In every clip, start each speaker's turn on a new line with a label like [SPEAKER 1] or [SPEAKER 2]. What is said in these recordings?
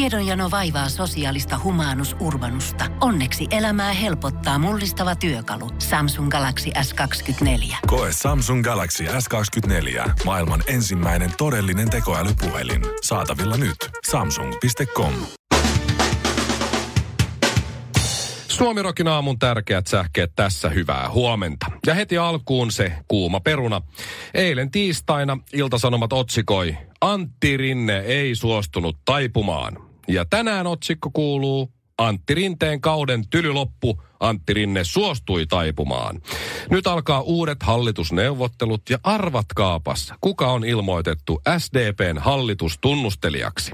[SPEAKER 1] Tiedonjano vaivaa sosiaalista humanus urbanusta. Onneksi elämää helpottaa mullistava työkalu. Samsung Galaxy S24.
[SPEAKER 2] Koe Samsung Galaxy S24. Maailman ensimmäinen todellinen tekoälypuhelin. Saatavilla nyt. Samsung.com.
[SPEAKER 3] Suomirokin aamun tärkeät sähkeet tässä hyvää huomenta. Ja heti alkuun se kuuma peruna. Eilen tiistaina Iltasanomat otsikoi Antti Rinne ei suostunut taipumaan. Ja tänään otsikko kuuluu Antti Rinteen kauden tylyloppu Antti Rinne suostui taipumaan. Nyt alkaa uudet hallitusneuvottelut ja arvatkaapas, kuka on ilmoitettu SDPn hallitustunnustelijaksi.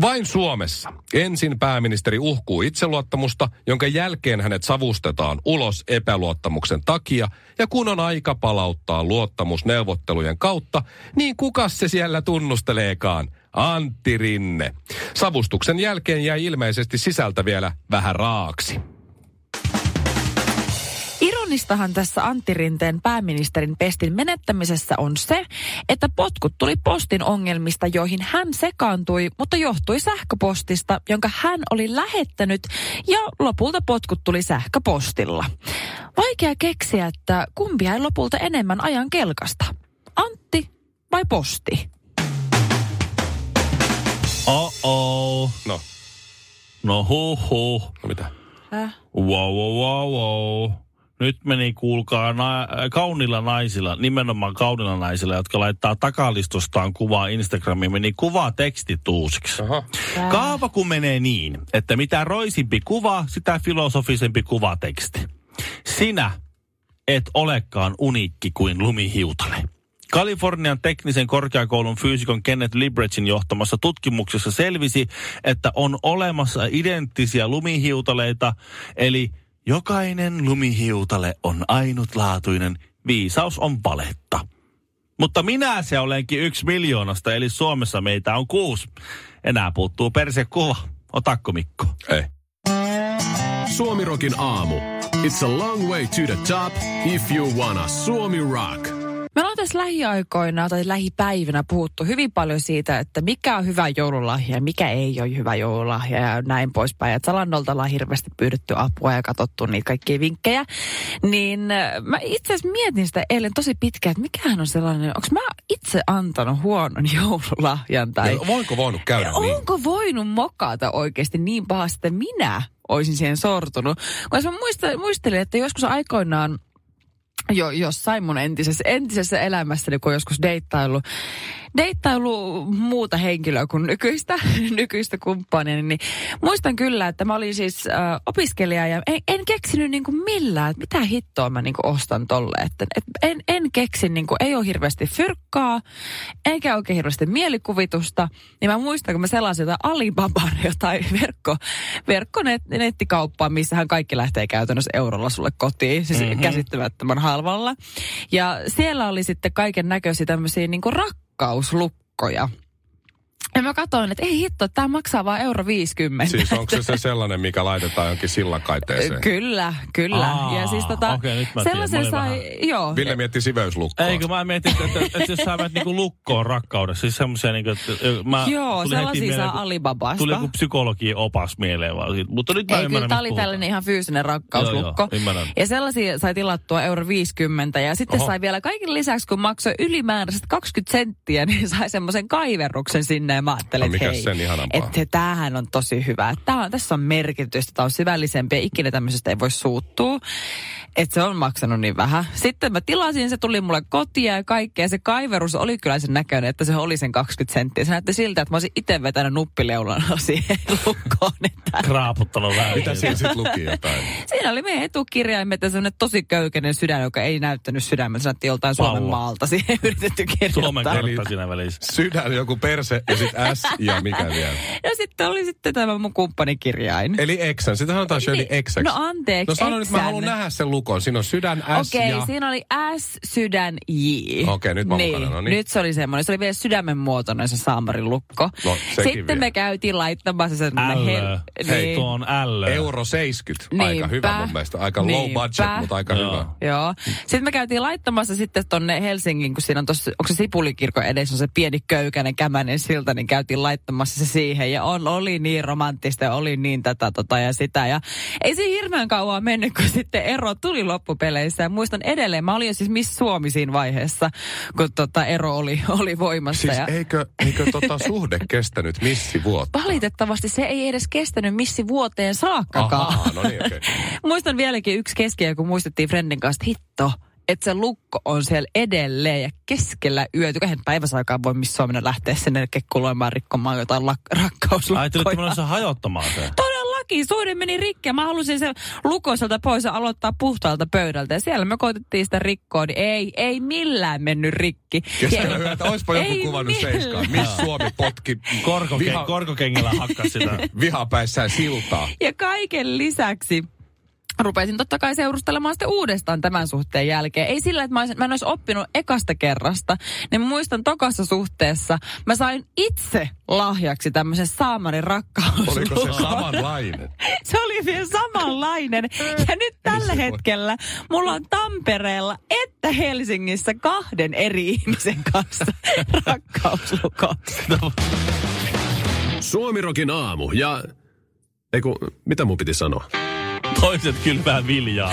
[SPEAKER 3] Vain Suomessa. Ensin pääministeri uhkuu itseluottamusta, jonka jälkeen hänet savustetaan ulos epäluottamuksen takia. Ja kun on aika palauttaa luottamus neuvottelujen kautta, niin kuka se siellä tunnusteleekaan? Antti Rinne. Savustuksen jälkeen jäi ilmeisesti sisältä vielä vähän raaksi.
[SPEAKER 4] Ironistahan tässä Antti Rinteen pääministerin pestin menettämisessä on se, että potkut tuli postin ongelmista, joihin hän sekaantui, mutta johtui sähköpostista, jonka hän oli lähettänyt ja lopulta potkut tuli sähköpostilla. Vaikea keksiä, että kumpi jäi lopulta enemmän ajan kelkasta. Antti vai posti?
[SPEAKER 5] Oh-oh.
[SPEAKER 3] No,
[SPEAKER 5] No huh huh.
[SPEAKER 3] no mitä?
[SPEAKER 4] Häh?
[SPEAKER 5] Wow, wow, wow, wow. Nyt meni kuulkaa na- kaunilla naisilla, nimenomaan kaunilla naisilla, jotka laittaa takalistostaan kuvaa Instagramiin, meni kuva tekstituusiksi.
[SPEAKER 3] Aha.
[SPEAKER 5] Kaava kun menee niin, että mitä roisimpi kuva, sitä filosofisempi kuvateksti. Sinä et olekaan uniikki kuin lumihiutale. Kalifornian teknisen korkeakoulun fyysikon Kenneth Libretsin johtamassa tutkimuksessa selvisi, että on olemassa identtisiä lumihiutaleita, eli jokainen lumihiutale on ainutlaatuinen, viisaus on valetta. Mutta minä se olenkin yksi miljoonasta, eli Suomessa meitä on kuusi. Enää puuttuu persekuva. Otakko Mikko?
[SPEAKER 3] Ei.
[SPEAKER 6] Suomirokin aamu. It's a long way to the top if you wanna Suomi rock.
[SPEAKER 4] Me ollaan tässä lähiaikoina tai lähipäivinä puhuttu hyvin paljon siitä, että mikä on hyvä joululahja ja mikä ei ole hyvä joululahja ja näin poispäin. Et Salannolta ollaan hirveästi pyydetty apua ja katsottu niitä kaikkia vinkkejä. Niin äh, mä itse asiassa mietin sitä eilen tosi pitkään, että mikähän on sellainen, onko mä itse antanut huonon joululahjan tai...
[SPEAKER 3] No, voinko voinut käydä niin?
[SPEAKER 4] Onko voinut mokata oikeasti niin pahasti, että minä olisin siihen sortunut? Koska mä muista- muistelin, että joskus aikoinaan jo, jossain mun entisessä, entisessä elämässäni, kun on joskus deittailu, deittailu muuta henkilöä kuin nykyistä, nykyistä kumppania, niin muistan kyllä, että mä olin siis äh, opiskelija ja en, en keksinyt niin kuin millään, että mitä hittoa mä niin kuin ostan tolle. Että, et en, en keksi, niin kuin, ei ole hirveästi fyrkkaa, eikä oikein hirveästi mielikuvitusta, niin mä muistan, kun mä selasin jotain Alibaban jotain verkko, verkkonet, nettikauppaa, missähän kaikki lähtee käytännössä eurolla sulle kotiin, siis
[SPEAKER 5] Mhm.
[SPEAKER 4] mm-hmm. käsittämättömän halvalla. Ja siellä oli sitten kaiken näköisiä tämmöisiä niin rakkauslukkoja. Ja mä katsoin, että ei hitto, tämä maksaa vaan euro 50.
[SPEAKER 3] Siis onko se, se sellainen, mikä laitetaan jonkin sillakaiteeseen?
[SPEAKER 4] Kyllä, kyllä.
[SPEAKER 5] Aa,
[SPEAKER 4] ja siis tota,
[SPEAKER 5] okei, nyt mä tiedän. Mä
[SPEAKER 4] sellaisen
[SPEAKER 5] olin
[SPEAKER 4] sai, joo.
[SPEAKER 3] Ville mietti siveyslukkoa.
[SPEAKER 5] Eikö mä mietin, että, että, että jos sä menet niinku lukkoon rakkaudessa, siis semmoisia niinku, että ö, mä
[SPEAKER 4] joo,
[SPEAKER 5] tuli heti
[SPEAKER 4] sellaisia
[SPEAKER 5] mieleen,
[SPEAKER 4] saa
[SPEAKER 5] kun-
[SPEAKER 4] Alibabasta.
[SPEAKER 5] Tuli joku psykologian opas mieleen vaan siitä. Mutta nyt mä
[SPEAKER 4] Ei, kyllä
[SPEAKER 5] ymmärrän,
[SPEAKER 4] tämä
[SPEAKER 5] mistä
[SPEAKER 4] oli
[SPEAKER 5] puhutaan.
[SPEAKER 4] tällainen ihan fyysinen rakkauslukko.
[SPEAKER 5] Joo, joo, ymmärrän.
[SPEAKER 4] ja sellaisia sai tilattua euro 50 ja sitten
[SPEAKER 3] Oho.
[SPEAKER 4] Oho. sai vielä kaiken lisäksi, kun maksoi ylimääräiset 20 senttiä, niin sai semmoisen kaiverruksen sinne ja mä ajattelin,
[SPEAKER 3] No
[SPEAKER 4] että
[SPEAKER 3] mikäs
[SPEAKER 4] hei,
[SPEAKER 3] sen ihanampaa?
[SPEAKER 4] että tämähän on tosi hyvä. Että tää on, tässä on merkitystä, tämä on syvällisempi ja ikinä tämmöisestä ei voi suuttua. Että se on maksanut niin vähän. Sitten mä tilasin, se tuli mulle kotia ja kaikkea. Se kaiverus oli kyllä sen näköinen, että se oli sen 20 senttiä. Se näytti siltä, että mä olisin itse vetänyt nuppileulana siihen lukkoon. Että
[SPEAKER 5] Raaputtanut vähän.
[SPEAKER 3] Mitä siinä sitten luki jotain?
[SPEAKER 4] Siinä oli meidän etukirjaimet ja semmoinen tosi köykäinen sydän, joka ei näyttänyt sydämeltä. Se näytti joltain Suomen
[SPEAKER 5] Vauva.
[SPEAKER 4] maalta siihen yritetty
[SPEAKER 5] Suomen
[SPEAKER 4] kirjoittaa.
[SPEAKER 5] kartta siinä välissä.
[SPEAKER 3] Sydän, joku perse ja sitten S ja mikä vielä.
[SPEAKER 4] Ja sitten oli sitten tämä mun kumppanikirjain.
[SPEAKER 3] Eli Exän. Sitä sanotaan Shirley Exäksi.
[SPEAKER 4] No anteeksi,
[SPEAKER 3] No sano nyt, mä
[SPEAKER 4] Xän.
[SPEAKER 3] haluan nähdä sen lukon. Siinä on sydän S
[SPEAKER 4] Okei,
[SPEAKER 3] ja...
[SPEAKER 4] siinä oli S, sydän, J.
[SPEAKER 3] Okei, nyt mä oon
[SPEAKER 4] niin,
[SPEAKER 3] mukana, no niin.
[SPEAKER 4] Nyt se oli semmoinen. Se oli vielä sydämen muotoinen se saamarin lukko.
[SPEAKER 3] No, sekin
[SPEAKER 4] Sitten
[SPEAKER 3] vielä.
[SPEAKER 4] me käytiin laittamassa sen...
[SPEAKER 5] L. Hei,
[SPEAKER 4] niin.
[SPEAKER 5] tuo on L.
[SPEAKER 3] Euro 70. Aika
[SPEAKER 4] Niinpä.
[SPEAKER 3] hyvä mun mielestä. Aika low
[SPEAKER 4] Niinpä.
[SPEAKER 3] budget, mutta aika
[SPEAKER 5] Joo.
[SPEAKER 3] hyvä.
[SPEAKER 4] Joo. Sitten me käytiin laittamassa sitten tonne Helsingin, kun siinä on tossa, onko se Sipulikirkon edessä on se pieni köykäinen kämänen silta, niin käytiin laittamassa se siihen. Ja on, oli niin romanttista ja oli niin tätä tota ja sitä. Ja ei se hirveän kauan mennyt, kun sitten ero tuli loppupeleissä. Ja muistan edelleen, mä olin jo siis Miss Suomi siinä vaiheessa, kun tota ero oli, oli voimassa.
[SPEAKER 3] Siis
[SPEAKER 4] ja...
[SPEAKER 3] eikö, eikö tota suhde kestänyt missi vuotta?
[SPEAKER 4] Valitettavasti se ei edes kestänyt missi vuoteen saakkakaan.
[SPEAKER 3] Ahaa, no niin, okei.
[SPEAKER 4] Muistan vieläkin yksi keskiä, kun muistettiin Frendin kanssa, että hitto, että se lukko on siellä edelleen ja keskellä yötä. Eihän päiväsaikaan voi missään mennä lähteä sinne kekkuloimaan rikkomaan jotain lak-
[SPEAKER 5] Ajattelin, että
[SPEAKER 4] rakkauslukkoja.
[SPEAKER 5] se hajottamaan se.
[SPEAKER 4] Todellakin, suhde meni rikki ja mä halusin sen lukoiselta pois ja aloittaa puhtaalta pöydältä. Ja siellä me koitettiin sitä rikkoa, niin ei, ei millään mennyt rikki.
[SPEAKER 3] Keskellä
[SPEAKER 4] Ja-
[SPEAKER 3] yötä, oispa joku
[SPEAKER 4] Ei
[SPEAKER 3] kuvannut seiskaan. Miss Suomi potki
[SPEAKER 5] Korkoke-
[SPEAKER 3] viha,
[SPEAKER 5] Korkokengällä hakkas sitä.
[SPEAKER 3] vihapäissään siltaa.
[SPEAKER 4] Ja kaiken lisäksi rupesin totta kai seurustelemaan sitten uudestaan tämän suhteen jälkeen. Ei sillä, että mä, olisin, mä en olisi oppinut ekasta kerrasta, niin muistan tokassa suhteessa mä sain itse lahjaksi tämmöisen saamarin rakkaus.
[SPEAKER 3] Oliko se samanlainen?
[SPEAKER 4] Se oli vielä samanlainen. Ja nyt tällä
[SPEAKER 3] se voi.
[SPEAKER 4] hetkellä mulla on Tampereella että Helsingissä kahden eri ihmisen kanssa rakkauslukot.
[SPEAKER 6] Suomirokin aamu ja... Eiku, mitä mun piti sanoa?
[SPEAKER 5] Toiset kylvää viljaa.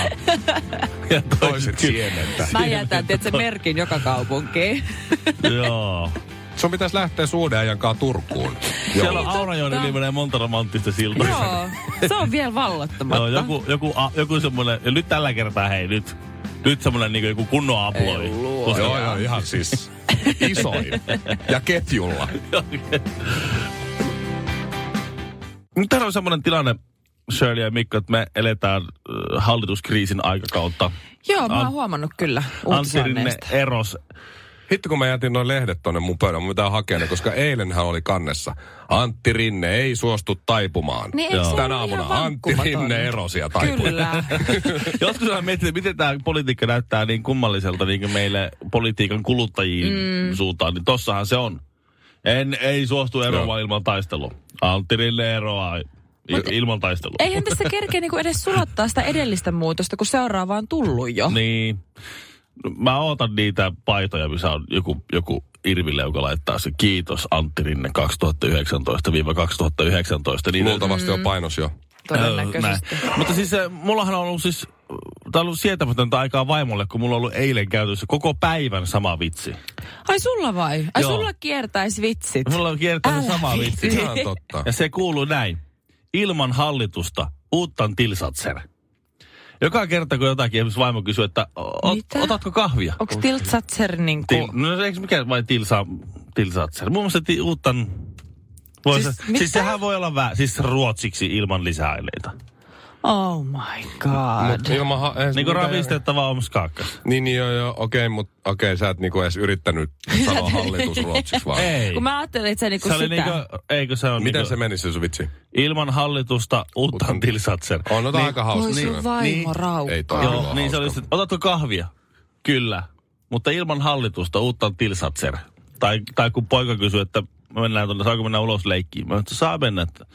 [SPEAKER 5] Ja
[SPEAKER 3] Toiset
[SPEAKER 5] kyl-
[SPEAKER 3] siementä.
[SPEAKER 4] Mä jätän, tiedätkö, merkin joka kaupunkiin.
[SPEAKER 5] Joo.
[SPEAKER 3] Sun pitäisi lähteä suhdeajan kanssa Turkuun.
[SPEAKER 5] Siellä
[SPEAKER 3] Joo.
[SPEAKER 5] on
[SPEAKER 4] Niin,
[SPEAKER 5] Aurajoen
[SPEAKER 4] totta.
[SPEAKER 5] yli menee monta romanttista siltaa.
[SPEAKER 4] Joo, se on vielä vallottamatta.
[SPEAKER 5] Joo, joku, joku, a, joku semmoinen, ja nyt tällä kertaa hei, nyt, nyt semmoinen niin joku kunnon aploi. Koska-
[SPEAKER 3] Joo, joo, ihan siis isoin. Ja ketjulla.
[SPEAKER 5] Nyt täällä on semmoinen tilanne, Shirley ja Mikko, että me eletään äh, hallituskriisin aikakautta.
[SPEAKER 4] Joo, mä
[SPEAKER 5] An-
[SPEAKER 4] oon huomannut kyllä
[SPEAKER 5] Antti Rinne
[SPEAKER 4] uutisoinneista.
[SPEAKER 5] eros.
[SPEAKER 3] Hitto kun mä jätin noin lehdet tonne mun pöydän, mun pitää hakea ne, koska eilenhän oli kannessa. Antti Rinne ei suostu taipumaan.
[SPEAKER 4] Niin eikö se
[SPEAKER 3] Tänä
[SPEAKER 4] ollut ihan
[SPEAKER 3] aamuna Antti
[SPEAKER 4] vankkumaton?
[SPEAKER 3] Rinne erosi ja taipui.
[SPEAKER 4] Kyllä.
[SPEAKER 5] Joskus mä mietin, että miten tämä politiikka näyttää niin kummalliselta niin kuin meille politiikan kuluttajiin mm. suuntaan. Niin tossahan se on. En, ei suostu eroamaan ilman taistelua. Antti Rinne eroaa i- ilman taistelua.
[SPEAKER 4] Eihän tässä kerkeä niinku edes sulattaa sitä edellistä muutosta, kun seuraava on tullut jo.
[SPEAKER 5] Niin. No, Mä ootan niitä paitoja, missä on joku, joku Irville, joka laittaa se kiitos Antti Rinne 2019-2019. Niin
[SPEAKER 3] Luultavasti on painos jo.
[SPEAKER 4] Todennäköisesti.
[SPEAKER 5] Näin. Mutta siis se, mullahan on ollut siis, tää on ollut sietämätöntä aikaa vaimolle, kun mulla on ollut eilen käytössä koko päivän sama vitsi.
[SPEAKER 4] Ai sulla vai? Ai
[SPEAKER 5] Joo.
[SPEAKER 4] sulla kiertäis vitsit.
[SPEAKER 5] Mulla on kiertänyt
[SPEAKER 4] Älä
[SPEAKER 5] sama vitsi.
[SPEAKER 4] viitsi.
[SPEAKER 3] Ihan totta.
[SPEAKER 5] Ja se kuuluu näin. Ilman hallitusta, uuttan tilsatser. Joka kerta, kun jotakin, esimerkiksi vaimo kysyy, että o-
[SPEAKER 4] Mitä?
[SPEAKER 5] otatko kahvia?
[SPEAKER 4] Onks Tiltsatser niinku...
[SPEAKER 5] Til, no eikö mikä vai tilsa, tilsatser? Mun mielestä ti, uuttan... Voi
[SPEAKER 4] Siis
[SPEAKER 5] siis, se,
[SPEAKER 4] mitä?
[SPEAKER 5] siis sehän voi olla vä, siis ruotsiksi ilman lisäaineita.
[SPEAKER 4] Oh my god.
[SPEAKER 3] Mut ilman ha- eihän se
[SPEAKER 5] Niin kuin
[SPEAKER 3] mitään-
[SPEAKER 5] ravistettava omskaakkas.
[SPEAKER 3] Niin, niin joo, joo, okei, mutta okei, sä et niinku edes yrittänyt sanoa hallitus ruotsiksi vaan.
[SPEAKER 5] Ei.
[SPEAKER 4] Kun mä ajattelin, että se niinku
[SPEAKER 5] se
[SPEAKER 4] sitä.
[SPEAKER 5] oli niinku, eikö se on
[SPEAKER 3] Miten
[SPEAKER 5] niinku,
[SPEAKER 3] se meni se sun vitsi?
[SPEAKER 5] ilman hallitusta uuttan tilsatser.
[SPEAKER 3] On, no tää aika hauska.
[SPEAKER 4] Voi sun
[SPEAKER 3] kyllä.
[SPEAKER 4] vaimo
[SPEAKER 5] Niin.
[SPEAKER 4] raukka.
[SPEAKER 3] Ei toi
[SPEAKER 5] Joo,
[SPEAKER 3] kyllä
[SPEAKER 5] niin se
[SPEAKER 3] hauska.
[SPEAKER 5] oli sitten, otatko kahvia? Kyllä, mutta ilman hallitusta uuttan tilsatser. Tai, tai kun poika kysyy, että me mennään tuonne, saako mennä ulos leikkiin? Mä sanoin, että saa mennä, että,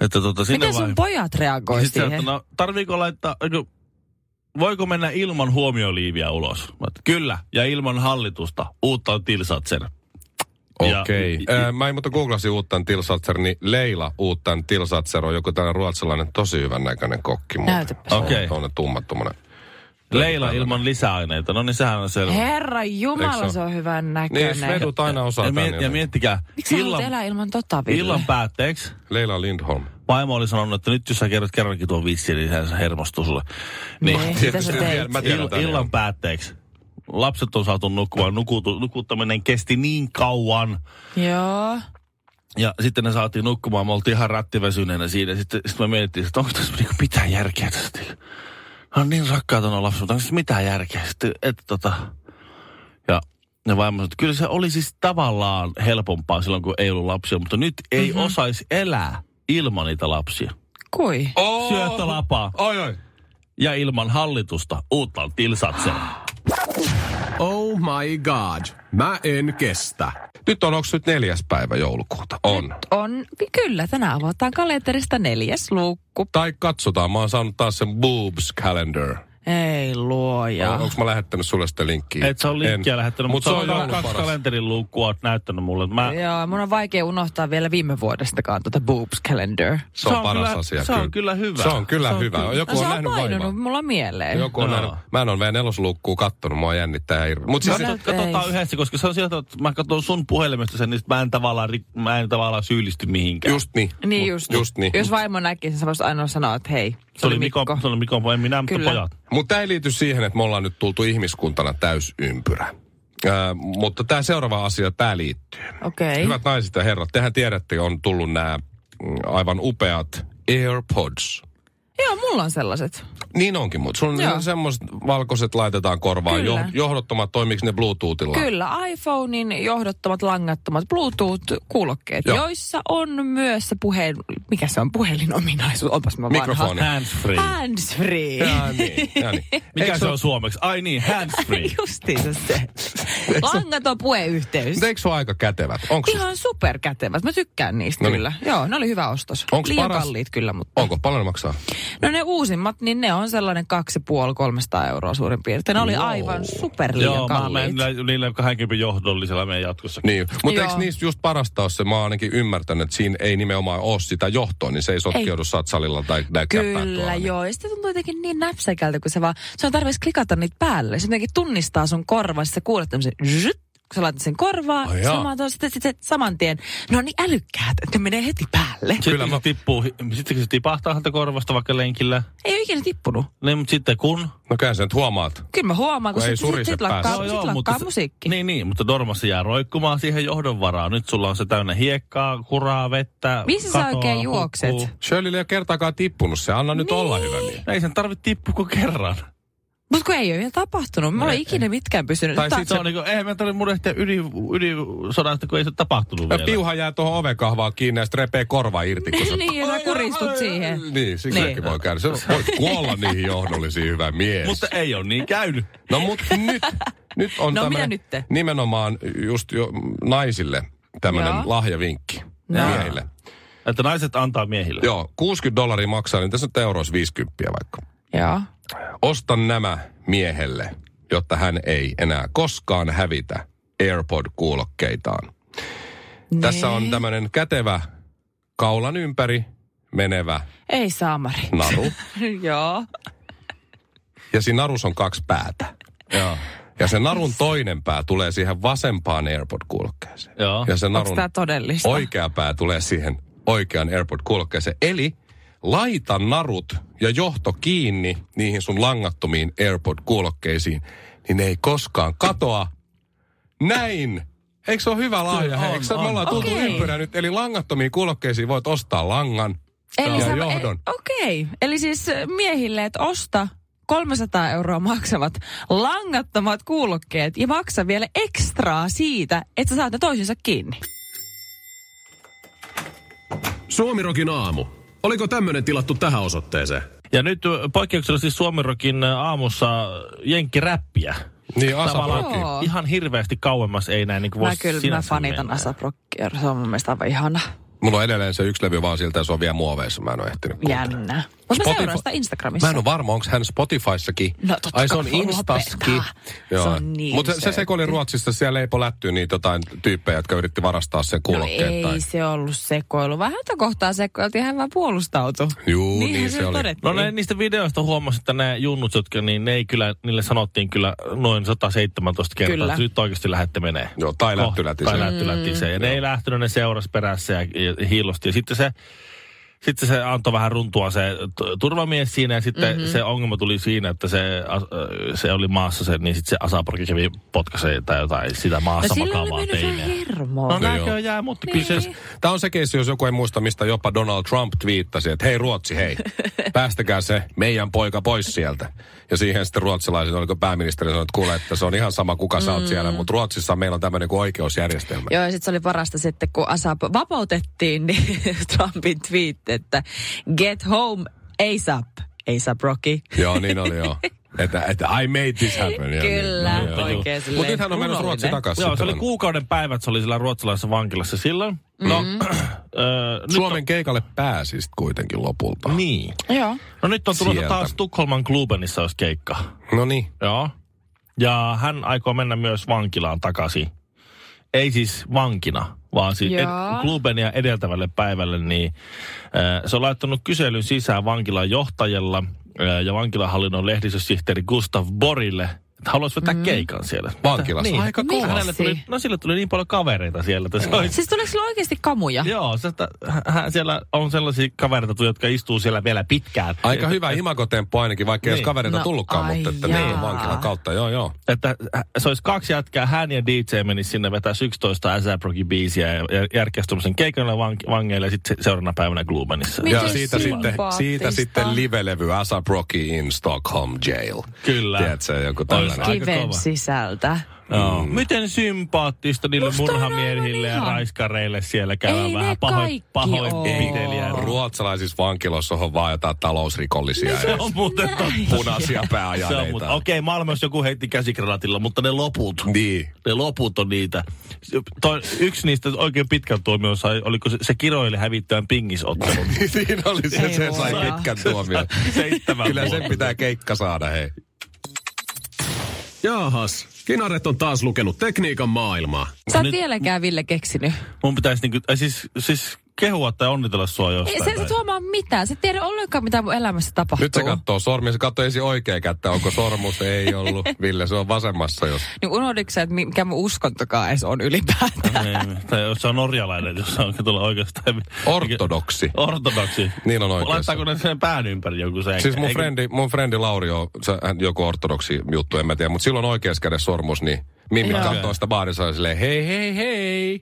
[SPEAKER 5] että tota, sinne
[SPEAKER 4] Miten sun
[SPEAKER 5] vai-
[SPEAKER 4] pojat reagoi
[SPEAKER 5] Sitten se,
[SPEAKER 4] siihen?
[SPEAKER 5] että no, tarviiko laittaa, eikö, voiko mennä ilman huomioliiviä ulos? Mä oon, että kyllä, ja ilman hallitusta. Uutta on Tilsatser. Ja-
[SPEAKER 3] Okei. Okay. Mä en mutta googlasin Uuttan Tilsatser, niin Leila Uuttan Tilsatser on joku tällainen ruotsalainen tosi hyvän näköinen kokki. muuten.
[SPEAKER 4] Näytäpä
[SPEAKER 3] Se on
[SPEAKER 5] Okei.
[SPEAKER 3] Tuonne tummattumana.
[SPEAKER 5] Leila ilman lisäaineita. No niin, sehän on selvä.
[SPEAKER 4] Herra
[SPEAKER 3] Eikö se
[SPEAKER 4] Jumala,
[SPEAKER 3] ole?
[SPEAKER 4] se on hyvän
[SPEAKER 3] Niin,
[SPEAKER 4] näköinen.
[SPEAKER 3] svedut aina osaa niin.
[SPEAKER 5] ja,
[SPEAKER 3] tämän.
[SPEAKER 5] miet, ja miettikää,
[SPEAKER 4] Miksi sä haluat
[SPEAKER 5] illan,
[SPEAKER 4] elää ilman tota, Ville?
[SPEAKER 5] illan päätteeksi
[SPEAKER 3] Leila Lindholm.
[SPEAKER 5] vaimo oli sanonut, että nyt jos sä kerrot kerrankin tuon vitsin, niin hän hermostuu sulle. Niin,
[SPEAKER 4] Niin, mitä
[SPEAKER 3] Tietysti
[SPEAKER 4] sä
[SPEAKER 3] vielä-
[SPEAKER 4] teit?
[SPEAKER 3] mä tiedän
[SPEAKER 5] ill,
[SPEAKER 3] tämän
[SPEAKER 5] illan
[SPEAKER 3] jo.
[SPEAKER 5] päätteeksi lapset on saatu nukkumaan. Nukutu, nukuttaminen kesti niin kauan,
[SPEAKER 4] Joo.
[SPEAKER 5] Ja sitten ne saatiin nukkumaan, me oltiin ihan rattiväsyneenä siinä. Sitten, sitten me mietittiin, että onko tässä niinku mitään järkeä tästä. No niin rakkaita on lapset, mutta onko tässä mitään järkeä? Sitten, että tota... Ja ne vaimo sanoi, että kyllä se oli siis tavallaan helpompaa silloin, kun ei ollut lapsia, mutta nyt ei
[SPEAKER 3] Mhm.
[SPEAKER 5] mm-hmm. osaisi elää ilman niitä lapsia.
[SPEAKER 4] Kui?
[SPEAKER 5] Oh.
[SPEAKER 3] Oh!
[SPEAKER 5] Syöttä lapaa
[SPEAKER 3] Oi, oi.
[SPEAKER 5] ja ilman hallitusta uutta tilsatsen.
[SPEAKER 6] Oh my god, mä en kestä.
[SPEAKER 3] Nyt on, onko nyt neljäs päivä joulukuuta? On.
[SPEAKER 4] On, kyllä, tänään avataan kalenterista neljäs luukku.
[SPEAKER 3] Tai katsotaan, mä oon saanut taas sen boobs calendar.
[SPEAKER 4] Ei luoja.
[SPEAKER 3] Onko mä lähettänyt sulle sitä linkkiä?
[SPEAKER 5] Et sä ole linkkiä
[SPEAKER 3] En.
[SPEAKER 5] lähettänyt, mutta
[SPEAKER 3] Mut
[SPEAKER 5] mut se on
[SPEAKER 3] joulun
[SPEAKER 5] kaksi
[SPEAKER 3] paras.
[SPEAKER 5] kalenterin lukua oot näyttänyt mulle. Mä,
[SPEAKER 4] Joo, mun on vaikea unohtaa vielä viime vuodestakaan tuota boobs calendar.
[SPEAKER 3] Se on,
[SPEAKER 5] Se on
[SPEAKER 3] paras
[SPEAKER 5] kyllä-
[SPEAKER 3] asia.
[SPEAKER 5] se on kyllä hyvä.
[SPEAKER 3] Se on kyllä
[SPEAKER 5] Se on
[SPEAKER 3] hyvä.
[SPEAKER 5] kyllä-
[SPEAKER 3] Joku
[SPEAKER 4] no, se
[SPEAKER 3] on
[SPEAKER 4] on
[SPEAKER 3] nähnyt
[SPEAKER 4] painunut
[SPEAKER 3] vaivaa.
[SPEAKER 4] mulla mieleen.
[SPEAKER 3] Joku on
[SPEAKER 5] Joo.
[SPEAKER 3] nähnyt. Mä en ole vielä neloslukkuu kattonut, mua jännittää hirveä. Mutta siis,
[SPEAKER 5] Siis
[SPEAKER 4] näyt-
[SPEAKER 5] katsot, katsotaan
[SPEAKER 4] ei.
[SPEAKER 5] yhdessä, koska se on sieltä, että mä katson sun puhelimesta sen, niin sit mä en tavallaan, ri- mä en tavallaan syyllisty mihinkään.
[SPEAKER 3] just niin.
[SPEAKER 4] Niin just.
[SPEAKER 3] just niin.
[SPEAKER 4] Jos vaimo näkee sen, sä voisit ainoa sanoa, että hei,
[SPEAKER 5] se oli Mikko. Se oli Mikko, en minä, mutta
[SPEAKER 4] Kyllä.
[SPEAKER 5] pojat.
[SPEAKER 3] Mutta tämä ei liity siihen, että me ollaan nyt tultu ihmiskuntana täysympyrä. Ää, mutta tämä seuraava asia, tämä liittyy.
[SPEAKER 4] Okei. Okay.
[SPEAKER 3] Hyvät naiset ja herrat, tehän tiedätte, on tullut nämä aivan upeat AirPods.
[SPEAKER 4] Joo, mulla on sellaiset.
[SPEAKER 3] Niin onkin, mutta sun
[SPEAKER 4] Joo.
[SPEAKER 3] on semmoiset valkoiset laitetaan korvaan.
[SPEAKER 4] Kyllä.
[SPEAKER 3] Joh- johdottomat, toimiks ne Bluetoothilla?
[SPEAKER 4] Kyllä, iPhonein johdottomat langattomat Bluetooth-kuulokkeet,
[SPEAKER 3] Joo.
[SPEAKER 4] joissa on myös se puhelin... Mikä se on puhelinominaisuus? Onpas mä
[SPEAKER 3] Mikrofoni.
[SPEAKER 4] vanha.
[SPEAKER 5] Hands free.
[SPEAKER 4] Hands free.
[SPEAKER 3] Ja niin, ja niin.
[SPEAKER 5] Mikä
[SPEAKER 3] Eikö
[SPEAKER 5] se on suomeksi? Ai niin, hands free.
[SPEAKER 4] Justiinsa se. Langaton puheyhteys.
[SPEAKER 3] Eikö se ole aika kätevät? Onko,
[SPEAKER 4] Ihan superkätevät. Mä tykkään niistä
[SPEAKER 3] No
[SPEAKER 4] no
[SPEAKER 3] niin.
[SPEAKER 4] niin. kyllä. Joo, ne oli hyvä ostos.
[SPEAKER 3] Onks
[SPEAKER 4] Liian
[SPEAKER 3] paras-
[SPEAKER 4] kalliit kyllä, mutta...
[SPEAKER 3] onko paljon ne maksaa?
[SPEAKER 4] No ne uusimmat, niin ne on sellainen 2,5-300 euroa suurin piirtein. Ne oli aivan super liian
[SPEAKER 5] Joo, mä
[SPEAKER 4] kalliit.
[SPEAKER 5] menen niillä- niillä 20 johdollisella meidän jatkossa.
[SPEAKER 3] Niin, mutta
[SPEAKER 4] Joo.
[SPEAKER 3] eikö niistä just parasta ole se, mä oon ainakin ymmärtänyt, että siinä ei nimenomaan ole sitä johtoa, niin se ei sotkeudu satsalilla tai näyttää
[SPEAKER 4] Kyllä,
[SPEAKER 3] tuolla. niin-
[SPEAKER 4] joo. Ja sitten tuntuu jotenkin niin näpsäkältä, kun se vaan, se on tarvitsisi klikata niitä päälle. Se jotenkin tunnistaa sun korvan, sit sä kuulet tämmöisen zhyt, kun sä laitat sen korvaan,
[SPEAKER 3] Ai
[SPEAKER 4] oh,
[SPEAKER 3] jaa.
[SPEAKER 4] samaan, sitten, sitten saman tien, no niin älykkäät, että ne menee heti päälle.
[SPEAKER 5] Sitten
[SPEAKER 3] Kyllä
[SPEAKER 5] Kyllä se
[SPEAKER 3] mä-
[SPEAKER 5] tippuu, hi- sitten kun se tipahtaa häntä korvasta vaikka lenkillä,
[SPEAKER 4] Ei ole ikinä tippunut.
[SPEAKER 5] niin mutta sitten kun...
[SPEAKER 3] No kai sä nyt huomaat.
[SPEAKER 4] Kyllä mä huomaan, kun,
[SPEAKER 3] Kun ei
[SPEAKER 4] sit, sit,
[SPEAKER 3] surise
[SPEAKER 4] sit
[SPEAKER 3] päässä.
[SPEAKER 4] lakkaa,
[SPEAKER 3] Joo,
[SPEAKER 4] sit lakkaa musiikki.
[SPEAKER 5] Niin, niin, mutta dormassa jää roikkumaan siihen johdon varaan. Nyt sulla on se täynnä hiekkaa, kuraa, vettä,
[SPEAKER 4] Missä sä
[SPEAKER 5] katoa,
[SPEAKER 4] oikein
[SPEAKER 5] hukkuu.
[SPEAKER 4] juokset?
[SPEAKER 3] Shirley ei ole kertaakaan tippunut se, anna nyt olla hyvä niin.
[SPEAKER 5] Ei sen tarvitse tippua kuin kerran.
[SPEAKER 4] Mutta kun ei ole vielä tapahtunut, mä oon ikinä mitkään pysynyt.
[SPEAKER 3] Tai
[SPEAKER 4] Ta-
[SPEAKER 3] sit
[SPEAKER 5] Se on niin kuin, eihän meidän tarvitse murehtia yli, ylisodasta, kun ei se ole tapahtunut
[SPEAKER 3] Ja
[SPEAKER 5] vielä.
[SPEAKER 3] piuha jää tuohon ovekahvaan kiinni ja sitten repee korva irti, kun se...
[SPEAKER 4] niin, ja sä kuristut siihen.
[SPEAKER 3] Niin, siksi
[SPEAKER 4] Niin.
[SPEAKER 3] niin. voi käydä. Se voit kuolla niihin johdollisiin, hyvä mies.
[SPEAKER 5] Mutta ei ole niin käynyt.
[SPEAKER 3] No mut nyt, nyt on
[SPEAKER 4] No,
[SPEAKER 3] tämmönen
[SPEAKER 4] mitä nytte?
[SPEAKER 3] nimenomaan just jo naisille tämmöinen
[SPEAKER 4] Joo.
[SPEAKER 3] lahjavinkki
[SPEAKER 4] No.
[SPEAKER 3] miehille.
[SPEAKER 5] Että naiset antaa miehille.
[SPEAKER 3] Joo, 60 dollaria maksaa, niin tässä nyt euroissa 50 vaikka.
[SPEAKER 4] Joo.
[SPEAKER 3] Osta nämä miehelle, jotta hän ei enää koskaan hävitä AirPod-kuulokkeitaan.
[SPEAKER 4] Niin.
[SPEAKER 3] Tässä
[SPEAKER 5] Niin.
[SPEAKER 3] on tämmöinen kätevä kaulan ympäri menevä
[SPEAKER 4] Ei saamari.
[SPEAKER 3] naru.
[SPEAKER 4] Joo.
[SPEAKER 3] Ja siinä narussa on kaksi päätä.
[SPEAKER 5] Joo.
[SPEAKER 3] Ja se narun toinen pää tulee siihen vasempaan AirPod-kuulokkeeseen.
[SPEAKER 5] Joo.
[SPEAKER 3] Ja se
[SPEAKER 4] Onko
[SPEAKER 3] narun
[SPEAKER 4] tää todellista?
[SPEAKER 3] oikea pää tulee siihen oikean AirPod-kuulokkeeseen. Eli laita narut ja johto kiinni niihin sun langattomiin AirPod-kuulokkeisiin, niin ne ei koskaan katoa. Näin! Eikö se ole hyvä lahja?
[SPEAKER 5] Kyllä on,
[SPEAKER 3] Eikö se,
[SPEAKER 5] on.
[SPEAKER 3] me ollaan tultu
[SPEAKER 4] Okei.
[SPEAKER 3] ympyrä nyt. Eli langattomiin kuulokkeisiin voit ostaa langan
[SPEAKER 4] Eli
[SPEAKER 3] ja
[SPEAKER 4] sä-
[SPEAKER 3] johdon.
[SPEAKER 4] e- Okei. Okay. Eli siis eh, miehille, että osta 300 euroa maksavat langattomat kuulokkeet ja maksa vielä ekstraa siitä, että sä saat ne toisinsa kiinni.
[SPEAKER 6] Suomirokin aamu. Oliko tämmönen tilattu tähän osoitteeseen?
[SPEAKER 5] Ja nyt ö, poikkeuksellisesti Suomirokin ö, aamussa jenkkiräppiä.
[SPEAKER 3] Niin,
[SPEAKER 5] Tavallaan
[SPEAKER 3] asaproki.
[SPEAKER 4] Joo.
[SPEAKER 5] ihan hirveästi kauemmas ei näin niin kuin
[SPEAKER 4] Mä
[SPEAKER 5] voisi
[SPEAKER 4] kyllä mä
[SPEAKER 5] sinänsä
[SPEAKER 4] fanitan
[SPEAKER 5] mennä.
[SPEAKER 4] Asap Rockia. Se on mun mielestä aivan ihana.
[SPEAKER 3] Mulla on edelleen se yksi levy vaan siltä ja se on vielä muoveissa. Mä en ole ehtinyt kuuntelemaan.
[SPEAKER 4] Jännä. Mutta mä
[SPEAKER 3] Spotify-
[SPEAKER 4] seuraan sitä Instagramissa.
[SPEAKER 3] Mä en ole varma, onko hän Spotifyssakin.
[SPEAKER 4] No totta
[SPEAKER 3] Ai se
[SPEAKER 4] kai
[SPEAKER 3] on
[SPEAKER 4] voi
[SPEAKER 3] Instaskin.
[SPEAKER 4] lopettaa. Se on niin
[SPEAKER 3] Mutta se, se
[SPEAKER 4] söötti.
[SPEAKER 3] sekoili Ruotsissa, siellä leipoi lättyyn niitä jotain tyyppejä, jotka yritti varastaa sen kuulokkeen.
[SPEAKER 4] no
[SPEAKER 3] tai...
[SPEAKER 4] ei se ollut sekoilu. Vähän häntä kohtaa sekoiltiin, hän vaan puolustautui.
[SPEAKER 3] Juu,
[SPEAKER 4] Niinhän
[SPEAKER 3] niin
[SPEAKER 4] se
[SPEAKER 3] se oli.
[SPEAKER 5] No
[SPEAKER 4] todettiin.
[SPEAKER 5] ne, niistä videoista huomasi, että nämä junnut, jotka niin ne ei kyllä, niille sanottiin kyllä noin 117 kertaa,
[SPEAKER 4] Kyllä.
[SPEAKER 5] että nyt oikeasti lähdette menee.
[SPEAKER 3] Joo, tai
[SPEAKER 5] Kohta-
[SPEAKER 3] lättylätisee.
[SPEAKER 5] Tai lättylätisee. Ja ne
[SPEAKER 3] Mm.
[SPEAKER 5] ei lähtenyt, ne seurasi perässä ja, ja hiilosti. Ja sitten se, sitten se antoi vähän runtua se t- turvamies siinä ja sitten
[SPEAKER 4] Mhm.
[SPEAKER 5] mm-hmm. se ongelma tuli siinä, että se, as- ö, se oli maassa se, niin sitten se asaporki kävi potkaseen tai jotain sitä
[SPEAKER 4] no
[SPEAKER 5] maassa
[SPEAKER 4] sillä oli
[SPEAKER 5] makaavaa
[SPEAKER 4] mennyt vähän Niin,
[SPEAKER 5] teineen.
[SPEAKER 4] hermoa.
[SPEAKER 5] No
[SPEAKER 3] No
[SPEAKER 5] näkö
[SPEAKER 3] joo.
[SPEAKER 5] jää, mutta kyllä se,
[SPEAKER 3] Tämä on se keissi, jos joku ei muista, mistä jopa Donald Trump twiittasi, että hei Ruotsi, hei, päästäkää se meidän poika pois sieltä. Ja siihen sitten ruotsalaiset, oliko pääministeri sanoi, että kuule, että se on ihan sama, kuka sä oot siellä, mutta Ruotsissa meillä on tämmöinen kuin oikeusjärjestelmä.
[SPEAKER 4] Mm. Joo, ja sitten se oli parasta sitten, kun ASAP vapautettiin, niin Trumpin tweet, että get home ASAP, ASAP Rocky.
[SPEAKER 3] Joo, niin oli joo. Että, että I made this happen. Ja
[SPEAKER 4] Kyllä,
[SPEAKER 3] niin, joo.
[SPEAKER 4] oikein silleen.
[SPEAKER 3] Mutta nythän on menossa
[SPEAKER 4] runollinen.
[SPEAKER 3] Ruotsi takaisin.
[SPEAKER 5] Joo, se oli
[SPEAKER 3] tilanne.
[SPEAKER 5] kuukauden päivät, se oli sillä ruotsalaisessa vankilassa silloin. No,
[SPEAKER 4] Mhm.
[SPEAKER 5] öö, nyt
[SPEAKER 3] Suomen keikalle pääsisit kuitenkin lopulta.
[SPEAKER 5] on, niin.
[SPEAKER 4] Joo.
[SPEAKER 5] No nyt on tulossa
[SPEAKER 3] Sieltä.
[SPEAKER 5] taas Tukholman Klubenissa olisi keikka.
[SPEAKER 3] No niin.
[SPEAKER 5] Joo. Ja hän aikoo mennä myös vankilaan takaisin. Ei siis vankina, vaan siis ed-
[SPEAKER 4] Joo.
[SPEAKER 5] Klubenia edeltävälle päivälle. Niin, äh, se on laittanut kyselyn sisään vankilan johtajalla äh, ja vankilahallinnon lehdistösihteeri Gustav Borille, että haluaisi vetää mm. keikan siellä.
[SPEAKER 3] Vankilassa.
[SPEAKER 5] Niin.
[SPEAKER 3] Aika
[SPEAKER 4] kova.
[SPEAKER 5] Hänelle tuli,
[SPEAKER 4] Miksi?
[SPEAKER 5] no sille tuli niin paljon kavereita siellä, että se olisi
[SPEAKER 4] Siis tuleeko sillä oikeasti kamuja?
[SPEAKER 5] Joo, se, että hän siellä on sellaisia kavereita, jotka istuu siellä vielä pitkään.
[SPEAKER 3] Aika hyvä imagotemppu ainakin, vaikka ei niin.
[SPEAKER 5] Niin.
[SPEAKER 3] kavereita no,
[SPEAKER 4] No,
[SPEAKER 3] tullutkaan,
[SPEAKER 4] ai
[SPEAKER 3] mutta että ne on
[SPEAKER 4] jaa.
[SPEAKER 3] vankilan kautta. Joo, joo.
[SPEAKER 5] Että se olisi kaksi jätkää, hän ja DJ menisi sinne vetää 11 ASAP biisiä ja ja järkeisi tuommoisen keikalle vank- vangeille ja sitten seuraavana päivänä Glubenissa.
[SPEAKER 4] Miten
[SPEAKER 3] ja siitä sitten,
[SPEAKER 4] sympaattista.
[SPEAKER 3] siitä sitten livelevy ASAP Rocky in Stockholm Jail.
[SPEAKER 5] Kyllä.
[SPEAKER 3] Tiedätkö, joku tällainen.
[SPEAKER 5] Aika
[SPEAKER 4] Kiven
[SPEAKER 5] kova.
[SPEAKER 4] sisältä.
[SPEAKER 5] Joo.
[SPEAKER 3] Mm.
[SPEAKER 5] Miten sympaattista niille
[SPEAKER 4] Musta on
[SPEAKER 5] murhamiehille ja
[SPEAKER 4] aivan ihan.
[SPEAKER 5] raiskareille siellä käydään
[SPEAKER 4] Ei ne
[SPEAKER 5] vähän pahoin,
[SPEAKER 4] kaikki
[SPEAKER 5] pahoin
[SPEAKER 4] oo.
[SPEAKER 5] pitelijää.
[SPEAKER 3] Ruotsalaisissa vankiloissa on vaan jotain talousrikollisia
[SPEAKER 5] Se
[SPEAKER 3] ja
[SPEAKER 5] on muuten totta.
[SPEAKER 3] punaisia
[SPEAKER 5] Se on muuten.
[SPEAKER 3] pääajaneita.
[SPEAKER 5] Okei, Malmössä joku heitti käsikranaatilla, mutta ne loput.
[SPEAKER 3] Niin.
[SPEAKER 5] Ne loput on niitä. Se- Toi, yksi niistä oikein pitkän tuomion sai, oliko se, se kiroille hävittävän pingisottelun.
[SPEAKER 3] Siinä oli se,
[SPEAKER 4] Ei
[SPEAKER 3] se
[SPEAKER 4] voi
[SPEAKER 3] sai
[SPEAKER 4] olla.
[SPEAKER 3] pitkän tuomion.
[SPEAKER 5] Seitsemän
[SPEAKER 3] Kyllä sen
[SPEAKER 5] vuotta.
[SPEAKER 3] pitää keikka saada, hei.
[SPEAKER 6] Jaahas, kinaret on taas lukenut tekniikan maailmaa.
[SPEAKER 4] Sä oot
[SPEAKER 5] Nyt-
[SPEAKER 4] vieläkään Ville keksinyt.
[SPEAKER 5] Mun pitäisi niinku, ai siis, siis kehua tai onnitella sua jostain.
[SPEAKER 4] Ei, sä et
[SPEAKER 5] tai-
[SPEAKER 4] huomaa mitään. Sä et tiedä ollenkaan, mitä mun elämässä tapahtuu.
[SPEAKER 3] Nyt se katsoo sormi, se katsoo ensin oikea kättä, onko sormus, ei ollut. Ville, se on vasemmassa jos.
[SPEAKER 4] Niin unohditko sä, että mi- mikä mun uskontokaan edes on ylipäätään?
[SPEAKER 5] Ei, Niin, tai jos se on norjalainen, jos se on tuolla oikeastaan...
[SPEAKER 3] Ortodoksi.
[SPEAKER 5] Ortodoksi.
[SPEAKER 3] Niin on oikeassa.
[SPEAKER 5] Laittaako ne sen pään ympäri joku se?
[SPEAKER 3] Siis mun frendi, mun frendi Lauri on se, hän, joku ortodoksi juttu, en mä tiedä, mutta silloin oikeassa kädessä sormus, niin Mimmi
[SPEAKER 5] Joo.
[SPEAKER 3] katsoo sitä baarissa ja silleen, hei, hei, hei.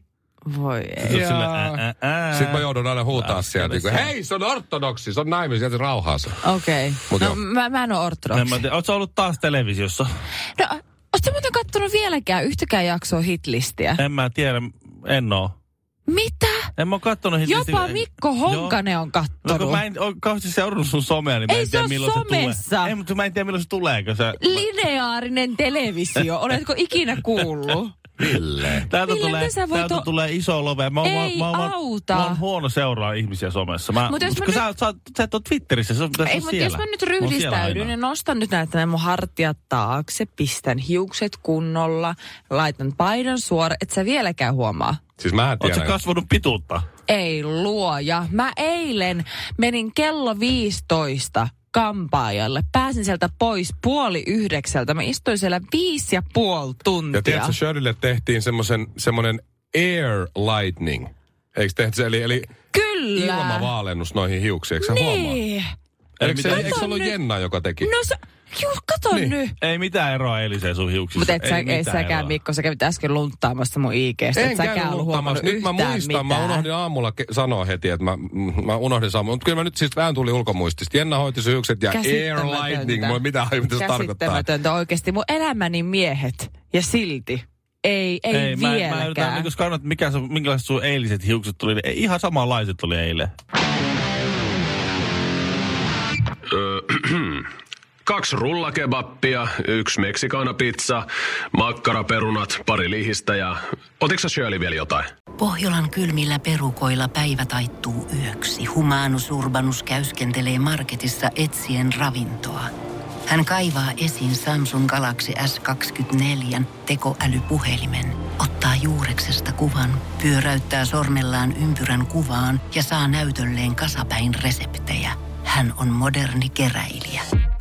[SPEAKER 4] Voi ei.
[SPEAKER 5] Sitten ää, ää, ää.
[SPEAKER 3] Sitten mä joudun aina huutaa sieltä, niin kuin,
[SPEAKER 5] Äsken.
[SPEAKER 3] hei, se on ortodoksi, se on naimis, jätä rauhaa se.
[SPEAKER 4] Okei.
[SPEAKER 3] Mut
[SPEAKER 4] Okay.
[SPEAKER 3] joo.
[SPEAKER 4] No mä, mä en oo
[SPEAKER 5] En
[SPEAKER 4] ortodoksi.
[SPEAKER 5] mä tiedä, Oot sä ollut taas televisiossa?
[SPEAKER 4] No, ootko muuten kattonut vieläkään yhtäkään jaksoa hitlistiä?
[SPEAKER 5] En mä tiedä, en oo.
[SPEAKER 4] Mitä?
[SPEAKER 5] En mä oo kattonut hirveästi-
[SPEAKER 4] Jopa Mikko Honkanen on
[SPEAKER 5] No, kun
[SPEAKER 4] kattonut.
[SPEAKER 5] mä en ole kauheasti seurannut sun somea, niin mä
[SPEAKER 4] Ei
[SPEAKER 5] en
[SPEAKER 4] se
[SPEAKER 5] tiedä
[SPEAKER 4] oo
[SPEAKER 5] milloin se
[SPEAKER 4] somessa.
[SPEAKER 5] tulee. Ei, mutta mä en tiedä milloin se tulee, kun sä...
[SPEAKER 4] Lineaarinen televisio. Oletko ikinä kuullut?
[SPEAKER 3] Ville.
[SPEAKER 5] Täältä
[SPEAKER 4] Millä
[SPEAKER 5] tulee,
[SPEAKER 4] sä voit
[SPEAKER 5] täältä
[SPEAKER 4] o-
[SPEAKER 5] tulee iso love. Mä oon,
[SPEAKER 4] Ei
[SPEAKER 5] vaan- mä, oon, vaan-
[SPEAKER 4] auta.
[SPEAKER 5] mä oon huono seuraa ihmisiä somessa. Mä,
[SPEAKER 4] Mut jos
[SPEAKER 5] mut
[SPEAKER 4] mä
[SPEAKER 5] kun
[SPEAKER 4] nyt-
[SPEAKER 5] sä, oot- sä, oot- sä, et ole Twitterissä, sä pitäis
[SPEAKER 4] Ei,
[SPEAKER 5] olla
[SPEAKER 4] mutta jos
[SPEAKER 5] siellä.
[SPEAKER 4] mä nyt
[SPEAKER 5] oon siellä
[SPEAKER 4] ryhdistäydyn
[SPEAKER 5] aina.
[SPEAKER 4] ja nostan nyt näitä mun hartiat taakse, pistän hiukset kunnolla, laitan paidan suora, et sä vieläkään huomaa.
[SPEAKER 3] Siis mä en
[SPEAKER 5] Oot sä
[SPEAKER 3] tiedä.
[SPEAKER 5] kasvanut pituutta?
[SPEAKER 4] Ei luoja. Mä eilen menin kello 15 kampaajalle. Pääsin sieltä pois puoli yhdeksältä. Mä istuin siellä viisi ja puoli tuntia.
[SPEAKER 3] Ja tiedätkö, Shirleylle tehtiin semmoisen, semmoinen air lightning. Eikö tehty se, eli, eli
[SPEAKER 4] Kyllä.
[SPEAKER 3] ilmavaalennus noihin hiuksiin, eikö sä huomaa?
[SPEAKER 4] Niin.
[SPEAKER 3] Eikö se,
[SPEAKER 5] Kato
[SPEAKER 3] eikö se ollut
[SPEAKER 4] nyt.
[SPEAKER 3] Jenna, joka teki?
[SPEAKER 4] No sä, juu, kato
[SPEAKER 3] Niin.
[SPEAKER 4] niin. nyt.
[SPEAKER 5] Ei mitään eroa eiliseen sun hiuksissa.
[SPEAKER 4] Mutta et sä, ei
[SPEAKER 5] mitään
[SPEAKER 4] säkään,
[SPEAKER 5] eroa.
[SPEAKER 4] Mikko, sä kävit äsken lunttaamassa mun IGstä.
[SPEAKER 3] En
[SPEAKER 4] et
[SPEAKER 3] käynyt
[SPEAKER 4] säkään ollut
[SPEAKER 3] luottamassa.
[SPEAKER 4] huomannut
[SPEAKER 3] Nyt mä
[SPEAKER 4] yhtään
[SPEAKER 3] muistan,
[SPEAKER 4] mitään.
[SPEAKER 3] mä unohdin aamulla ke- sanoa heti, että mä, mm, mä unohdin sanoa. Mutta kyllä mä nyt siis vähän tuli ulkomuistista. Jenna hoiti syykset ja air
[SPEAKER 4] Käsittämätöntä.
[SPEAKER 3] lightning. Moi, mitä mitä se tarkoittaa?
[SPEAKER 4] Käsittämätöntä oikeasti. Mun elämäni miehet ja silti. Ei, ei,
[SPEAKER 5] Ei, mä,
[SPEAKER 4] vieläkään.
[SPEAKER 5] mä yritän niin skannata, mikä sun, minkälaiset sun eiliset hiukset tuli. Ei, ihan samanlaiset oli eilen.
[SPEAKER 6] Kaksi rullakebappia, yksi meksikaanapizza, makkaraperunat, pari lihistä ja... Otitko sä Shirley vielä jotain?
[SPEAKER 1] Pohjolan kylmillä perukoilla päivä taittuu yöksi. Humanus Urbanus käyskentelee marketissa etsien ravintoa. Hän kaivaa esiin Samsung Galaxy S24 tekoälypuhelimen, ottaa juureksesta kuvan, pyöräyttää sormellaan ympyrän kuvaan ja saa näytölleen kasapäin reseptejä. Hän on moderni keräilijä.